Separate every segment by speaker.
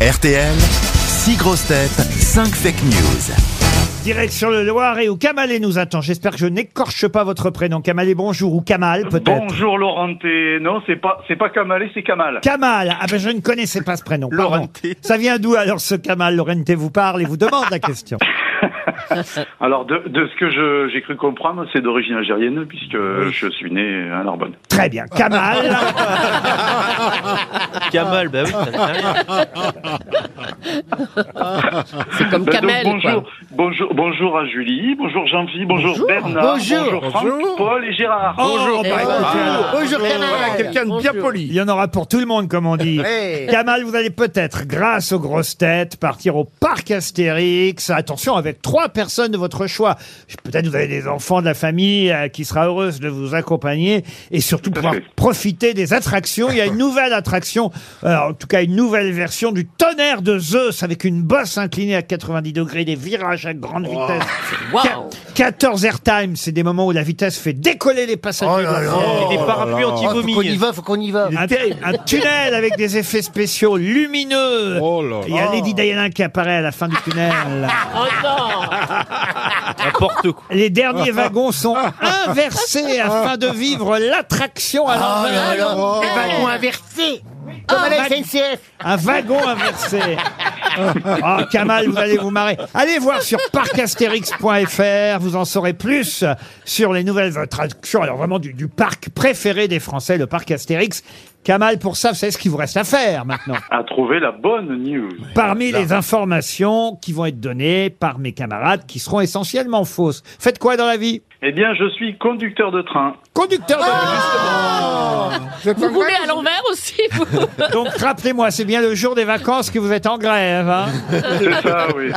Speaker 1: RTL, 6 grosses têtes, 5 fake news.
Speaker 2: Direction le Loir et où Kamalé nous attend. J'espère que je n'écorche pas votre prénom. Kamalé, bonjour. Ou Kamal, peut-être.
Speaker 3: Bonjour Laurenté. Non, c'est pas c'est pas Kamalé, c'est Kamal.
Speaker 2: Kamal. Ah ben, je ne connaissais pas ce prénom. pardon. Ça vient d'où alors ce Kamal Laurenté vous parle et vous demande la question.
Speaker 3: Alors de, de ce que je- j'ai cru comprendre, c'est d'origine algérienne puisque je suis né à Narbonne.
Speaker 2: Très bien. Kamal.
Speaker 4: Kamal, bah oui, ça sert à rien.
Speaker 5: C'est comme
Speaker 3: Ben donc,
Speaker 5: Kamel.
Speaker 3: bonjour,
Speaker 5: quoi.
Speaker 3: bonjour, bonjour à Julie, bonjour Jean-Philippe, bonjour, Bernard, bonjour, Franck, Paul et Gérard.
Speaker 2: Oh, bah,
Speaker 5: Eh,
Speaker 2: écoutez, alors,
Speaker 5: Bonjour, Kamel.
Speaker 6: Quelqu'un de bien
Speaker 5: Bonjour.
Speaker 6: poli.
Speaker 2: Il y en aura pour tout le monde, comme on dit.
Speaker 6: Hey.
Speaker 2: Kamal, vous allez peut-être, grâce aux grosses têtes, partir au parc Astérix. Attention, avec trois personnes de votre choix. Peut-être vous avez des enfants de la famille euh, qui sera heureuse de vous accompagner et surtout
Speaker 3: Tout à
Speaker 2: pouvoir
Speaker 3: fait.
Speaker 2: profiter des attractions. Il y a une nouvelle attraction, euh, en tout cas une nouvelle version du tonnerre de Zeus avec une bosse inclinée à 90 degrés, des virages à grande
Speaker 3: Oh.
Speaker 2: vitesse.
Speaker 5: Wow.
Speaker 2: 14 airtime, c'est des moments où la vitesse fait décoller les passagers.
Speaker 6: Oh là là.
Speaker 4: Et des parapluies anti-vomi.
Speaker 6: va, faut qu'on y va.
Speaker 2: Un, un tunnel avec des effets spéciaux lumineux.
Speaker 6: Oh là
Speaker 2: Il y a Lady Diana qui apparaît à la fin du tunnel.
Speaker 5: Oh non
Speaker 7: Ah.
Speaker 4: N'importe quoi.
Speaker 2: Les derniers wagons sont inversés afin de vivre l'attraction à
Speaker 6: Ah,
Speaker 2: l'envers. Eh ben,
Speaker 7: Wagon inversé Comme à la SNCF
Speaker 2: Un wagon inversé. Oh, Kamal, vous allez vous marrer. Allez voir sur parcastérix.fr, vous en saurez plus sur les nouvelles attractions, alors vraiment du, du parc préféré des Français, le parc Astérix. Kamal, pour ça, vous savez ce qu'il vous reste à faire maintenant.
Speaker 3: À trouver la bonne news.
Speaker 2: Parmi les informations qui vont être données par mes camarades qui seront essentiellement fausses. Faites quoi dans la vie
Speaker 3: Eh bien, je suis conducteur de train.
Speaker 2: Conducteur de
Speaker 5: Vous roulez à l'envers aussi, vous
Speaker 2: Donc rappelez-moi, c'est bien le jour des vacances que vous êtes en grève. hein.
Speaker 3: C'est ça, oui.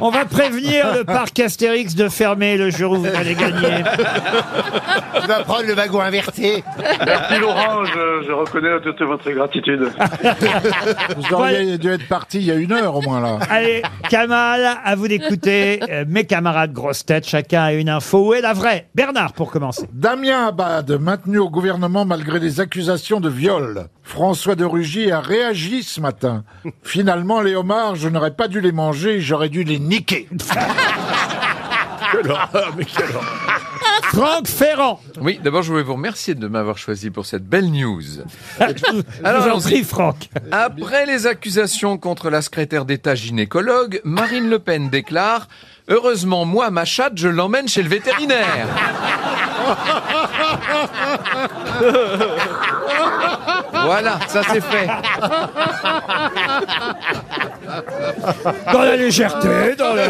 Speaker 2: On va prévenir le parc Astérix de fermer le jour où vous allez gagner.
Speaker 7: Tu vas prendre le wagon inversé
Speaker 3: Merci Laurent, je, je reconnais toute votre gratitude.
Speaker 2: Ah,
Speaker 6: Vous auriez dû être parti il y Oh, a une heure au moins là.
Speaker 2: Allez, Kamal, à vous d'écouter. Euh, Mes camarades grosses têtes, chacun a une info. Où est la vraie Bernard, pour commencer.
Speaker 6: Damien Abad, maintenu au gouvernement malgré les accusations de viol. François de Rugy a réagi ce matin. Finalement, les homards, je n'aurais pas dû les manger, j'aurais dû les niquer.
Speaker 2: Franck Ferrand.
Speaker 8: Oui, d'abord, je voulais vous remercier de m'avoir choisi pour cette belle news.
Speaker 2: Je vous en
Speaker 8: allons-y.
Speaker 2: prie, Franck.
Speaker 8: Après les accusations contre la secrétaire d'État gynécologue, Marine Le Pen déclare Heureusement, moi, ma chatte, je l'emmène chez le vétérinaire. voilà, ça c'est fait.
Speaker 2: Dans la légèreté, dans le...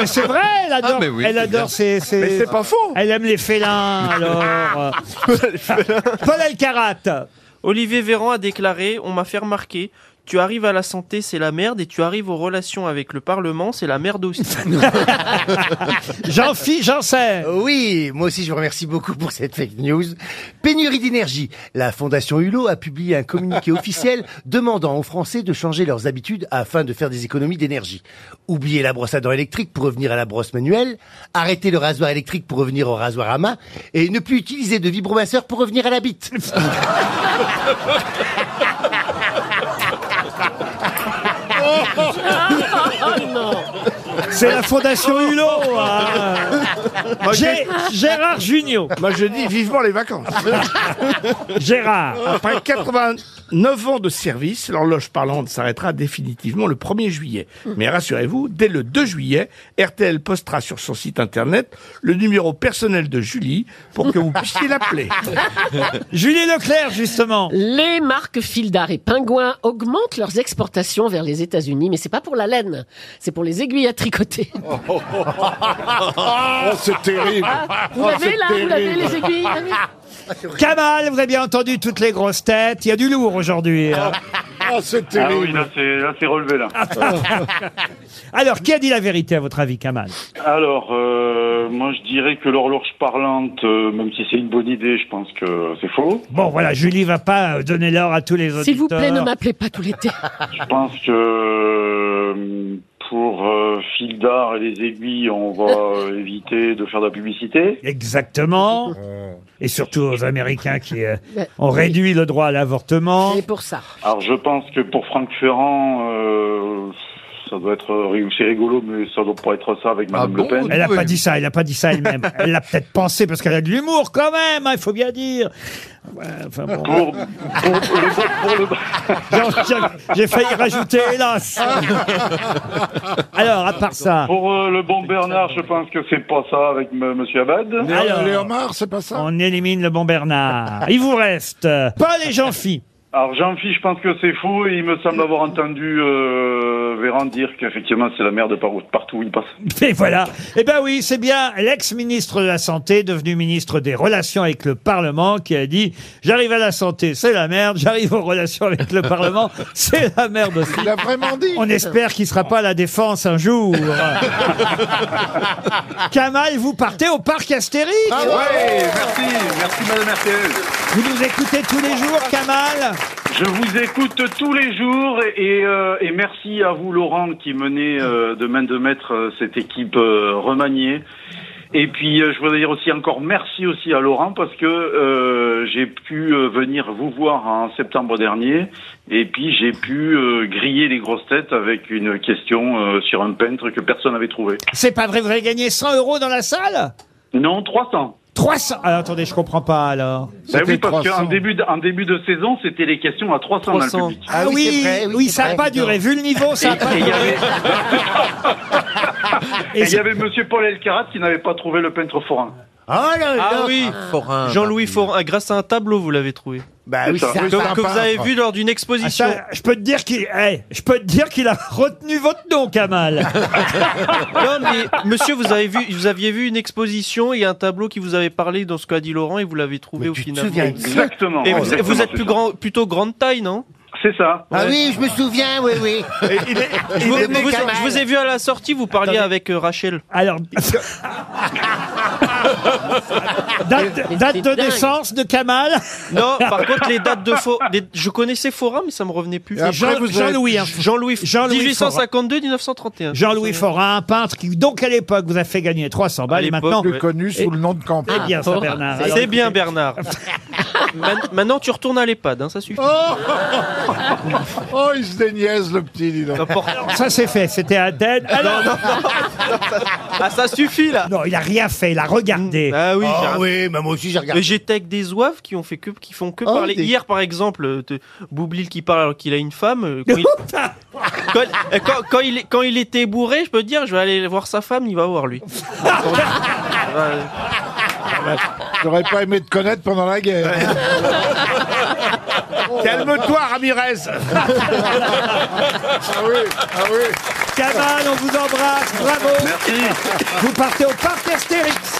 Speaker 2: Mais c'est vrai, elle adore,
Speaker 8: Ah, mais oui,
Speaker 2: elle
Speaker 8: c'est bien.
Speaker 2: adore ses, ses-
Speaker 6: faux.
Speaker 2: Elle aime les félins, alors. Paul Elkarat.
Speaker 4: Olivier Véran a déclaré On m'a fait remarquer. Tu arrives à la santé, c'est la merde, et tu arrives aux relations avec le Parlement, c'est la merde aussi.
Speaker 2: Jean-Philippe Janssen.
Speaker 7: Euh, Oui, moi aussi je vous remercie beaucoup pour cette fake news. Pénurie d'énergie. La Fondation Hulot a publié un communiqué officiel demandant aux Français de changer leurs habitudes afin de faire des économies d'énergie. Oubliez la brosse à dents électrique pour revenir à la brosse manuelle, arrêtez le rasoir électrique pour revenir au rasoir à main, et ne plus utiliser de vibromasseur pour revenir à la bite. Oh
Speaker 2: C'est la Fondation
Speaker 6: Oh.
Speaker 2: Hulot. hein. Gé- Gérard Junior.
Speaker 6: Moi je dis vivement les vacances. Oh.
Speaker 2: Gérard.
Speaker 6: Après 89 ans de service, l'horloge parlante s'arrêtera définitivement le 1er juillet. Mais rassurez-vous, dès le 2 juillet, RTL postera sur son site internet le numéro personnel de Julie pour que vous puissiez l'appeler.
Speaker 2: Julie Leclerc, justement.
Speaker 5: Les marques Fildar et Pingouin augmentent leurs exportations vers les États-Unis, mais c'est pas pour la laine, c'est pour les aiguilles à tricoter.
Speaker 6: Oh, c'est terrible
Speaker 5: Ah,
Speaker 6: Oh,
Speaker 5: Vous l'avez là, vous l'avez les aiguilles. vous l'avez
Speaker 2: Kamal, vous avez bien entendu toutes les grosses têtes. Il y a du lourd aujourd'hui. hein.
Speaker 6: Oh, c'est
Speaker 3: Ah oui, là c'est là, c'est relevé là.
Speaker 2: Alors, qui a dit la vérité, à votre avis, Kamal
Speaker 3: Alors, euh, moi je dirais que l'horloge parlante, euh, même si c'est une bonne idée, je pense que c'est faux.
Speaker 2: Bon, voilà, Julie va pas euh, donner l'or à tous les auditeurs.
Speaker 5: S'il vous plaît, ne m'appelez pas tout l'été.
Speaker 3: Je pense que euh, pff, pour euh, fil d'art et les aiguilles, on va euh, éviter de faire de la publicité.
Speaker 2: Exactement.
Speaker 6: Oh.
Speaker 2: Et surtout aux Américains qui euh, ont réduit le droit à l'avortement.
Speaker 5: C'est pour ça.
Speaker 3: Alors je pense que pour Franck Ferrand, euh, ça doit être ri- c'est rigolo, mais ça doit pas être ça avec Madame
Speaker 8: bon
Speaker 3: Le Pen.
Speaker 2: Elle n'a
Speaker 8: Oui.
Speaker 2: pas dit ça, elle n'a pas dit ça elle-même. Elle l'a peut-être pensé parce qu'elle a de l'humour quand même, hein, il faut bien dire. Ouais, enfin bon.
Speaker 3: Pour, pour le, pour le-
Speaker 2: J'ai- j'ai- J'ai failli rajouter, hélas. Alors, à part ça,
Speaker 3: pour, euh, le bon Bernard, je pense que c'est pas ça avec M. Monsieur Abad.
Speaker 6: Ah
Speaker 2: Alors.
Speaker 9: Léomar, c'est pas ça
Speaker 2: on élimine le bon Bernard. Il vous reste euh, Paul et Jean-Phi.
Speaker 3: Alors Jean-Phi, je pense que c'est faux et il me semble avoir entendu euh, Véran dire qu'effectivement c'est la merde par- partout où il passe.
Speaker 2: Et voilà. Eh ben oui, c'est bien l'ex-ministre de la Santé, devenu ministre des Relations avec le Parlement, qui a dit « J'arrive à la santé, c'est la merde. J'arrive aux relations avec le Parlement, c'est la merde aussi.
Speaker 9: Il a vraiment dit »
Speaker 2: On espère qu'il sera pas à la défense un jour. Kamal, vous partez au parc Astérix.
Speaker 3: Ah Ouais, merci, merci Madame RTL.
Speaker 2: Vous nous écoutez tous les jours, Kamal.
Speaker 3: Je vous écoute tous les jours et, et, euh, et merci à vous Laurent qui menez euh, de main de maître euh, cette équipe euh, remaniée. Et puis euh, je voudrais dire aussi encore merci aussi à Laurent parce que euh, j'ai pu euh, venir vous voir en septembre dernier et puis j'ai pu euh, griller les grosses têtes avec une question euh, sur un peintre que personne n'avait trouvé.
Speaker 2: C'est pas vrai, vous avez gagné 100 euros dans la salle
Speaker 3: Non, 300.
Speaker 2: 300 Alors attendez, je comprends pas alors.
Speaker 3: Ben
Speaker 9: C'était
Speaker 3: oui, parce
Speaker 9: 300.
Speaker 3: qu'en début, de- en début de saison, c'était les questions à 300, dans
Speaker 4: 300.
Speaker 3: le public.
Speaker 2: Ah, oui, oui, ça n'a pas duré. Vu le niveau, ça n'a pas
Speaker 3: Et il y
Speaker 2: duré.
Speaker 3: avait-
Speaker 2: Et
Speaker 3: Et il y
Speaker 2: c'est-
Speaker 3: avait Monsieur Paul Elkarat qui n'avait pas trouvé le peintre forain.
Speaker 7: Ah là là
Speaker 4: Ah oui Jean-Louis Forin, grâce à un tableau, vous l'avez trouvé.
Speaker 7: Bah oui,
Speaker 3: C'est
Speaker 7: c'est
Speaker 4: Que,
Speaker 7: un
Speaker 4: que vous avez vu lors d'une
Speaker 2: Ah,
Speaker 4: exposition.
Speaker 2: ça, je peux te dire qu'il, eh, je peux te dire qu'il a retenu votre nom, Kamal.
Speaker 7: euh,
Speaker 4: Non, mais monsieur, vous, avez vu, vous aviez vu une exposition et un tableau qui vous avait parlé dans ce qu'a dit Laurent et vous l'avez trouvé
Speaker 7: Mais
Speaker 4: au
Speaker 7: tu te
Speaker 4: final.
Speaker 7: souviens de ça
Speaker 3: Exactement.
Speaker 4: Et vous,
Speaker 3: Exactement,
Speaker 4: vous êtes
Speaker 3: c'est
Speaker 4: plus
Speaker 3: ça.
Speaker 4: grand, plutôt grande taille, non
Speaker 3: C'est ça.
Speaker 7: Ah oui, je me souviens, oui, oui.
Speaker 4: je vous,
Speaker 7: était
Speaker 4: vous-
Speaker 7: Kamal.
Speaker 4: je vous ai vu à la sortie, vous parliez
Speaker 2: Attendez.
Speaker 4: avec euh, Rachel.
Speaker 2: Alors, date, date
Speaker 5: c'est
Speaker 2: de
Speaker 5: dingue.
Speaker 2: naissance de Kamal.
Speaker 4: Non, par contre, les dates de faux. les- je connaissais Forum, mais ça me revenait plus.
Speaker 9: Et après,
Speaker 2: Jean-
Speaker 9: vous avez-
Speaker 2: Jean-Louis, hein.
Speaker 4: Jean-Louis
Speaker 2: Jean-Louis
Speaker 4: 1852-1931.
Speaker 2: Jean-Louis Forain, un peintre qui, donc à l'époque, vous a fait gagner 300 balles
Speaker 4: À
Speaker 2: et
Speaker 4: l'époque,
Speaker 2: maintenant.
Speaker 9: Plus connu sous le nom de Campan.
Speaker 2: C'est bien ça, Bernard. Alors,
Speaker 4: C'est bien, Bernard. Man- Maintenant, tu retournes à l'EHPAD, hein, ça suffit.
Speaker 6: Ah.
Speaker 9: Oh, il se déniaise, le petit, dis donc.
Speaker 4: N'importe-
Speaker 2: Ça c'est fait, c'était à Athènes. Alors, non,
Speaker 4: Ah, ça suffit là
Speaker 2: il a rien fait, il a regardé.
Speaker 4: Ah oui, j'ai
Speaker 7: Ah
Speaker 4: un-
Speaker 7: oui, bah moi aussi j'ai regardé.
Speaker 4: Mais j'étais avec des zouaves qui ont fait que qui font que
Speaker 7: Oh,
Speaker 4: parler.
Speaker 7: des-
Speaker 4: Hier par exemple, euh, te- Boublil qui parle alors qu'il a une femme. euh, Quand il... quand, euh, quand- quand il, quand il était bourré, je peux te dire, je vais aller voir sa femme, il va voir lui. Euh,
Speaker 9: J'aurais pas aimé te connaître pendant la guerre.
Speaker 6: Calme-toi, Ramirez.
Speaker 9: Ah oui, ah oui.
Speaker 2: Kamal, on vous embrasse, bravo.
Speaker 3: Merci.
Speaker 2: Vous partez au parc Astérix.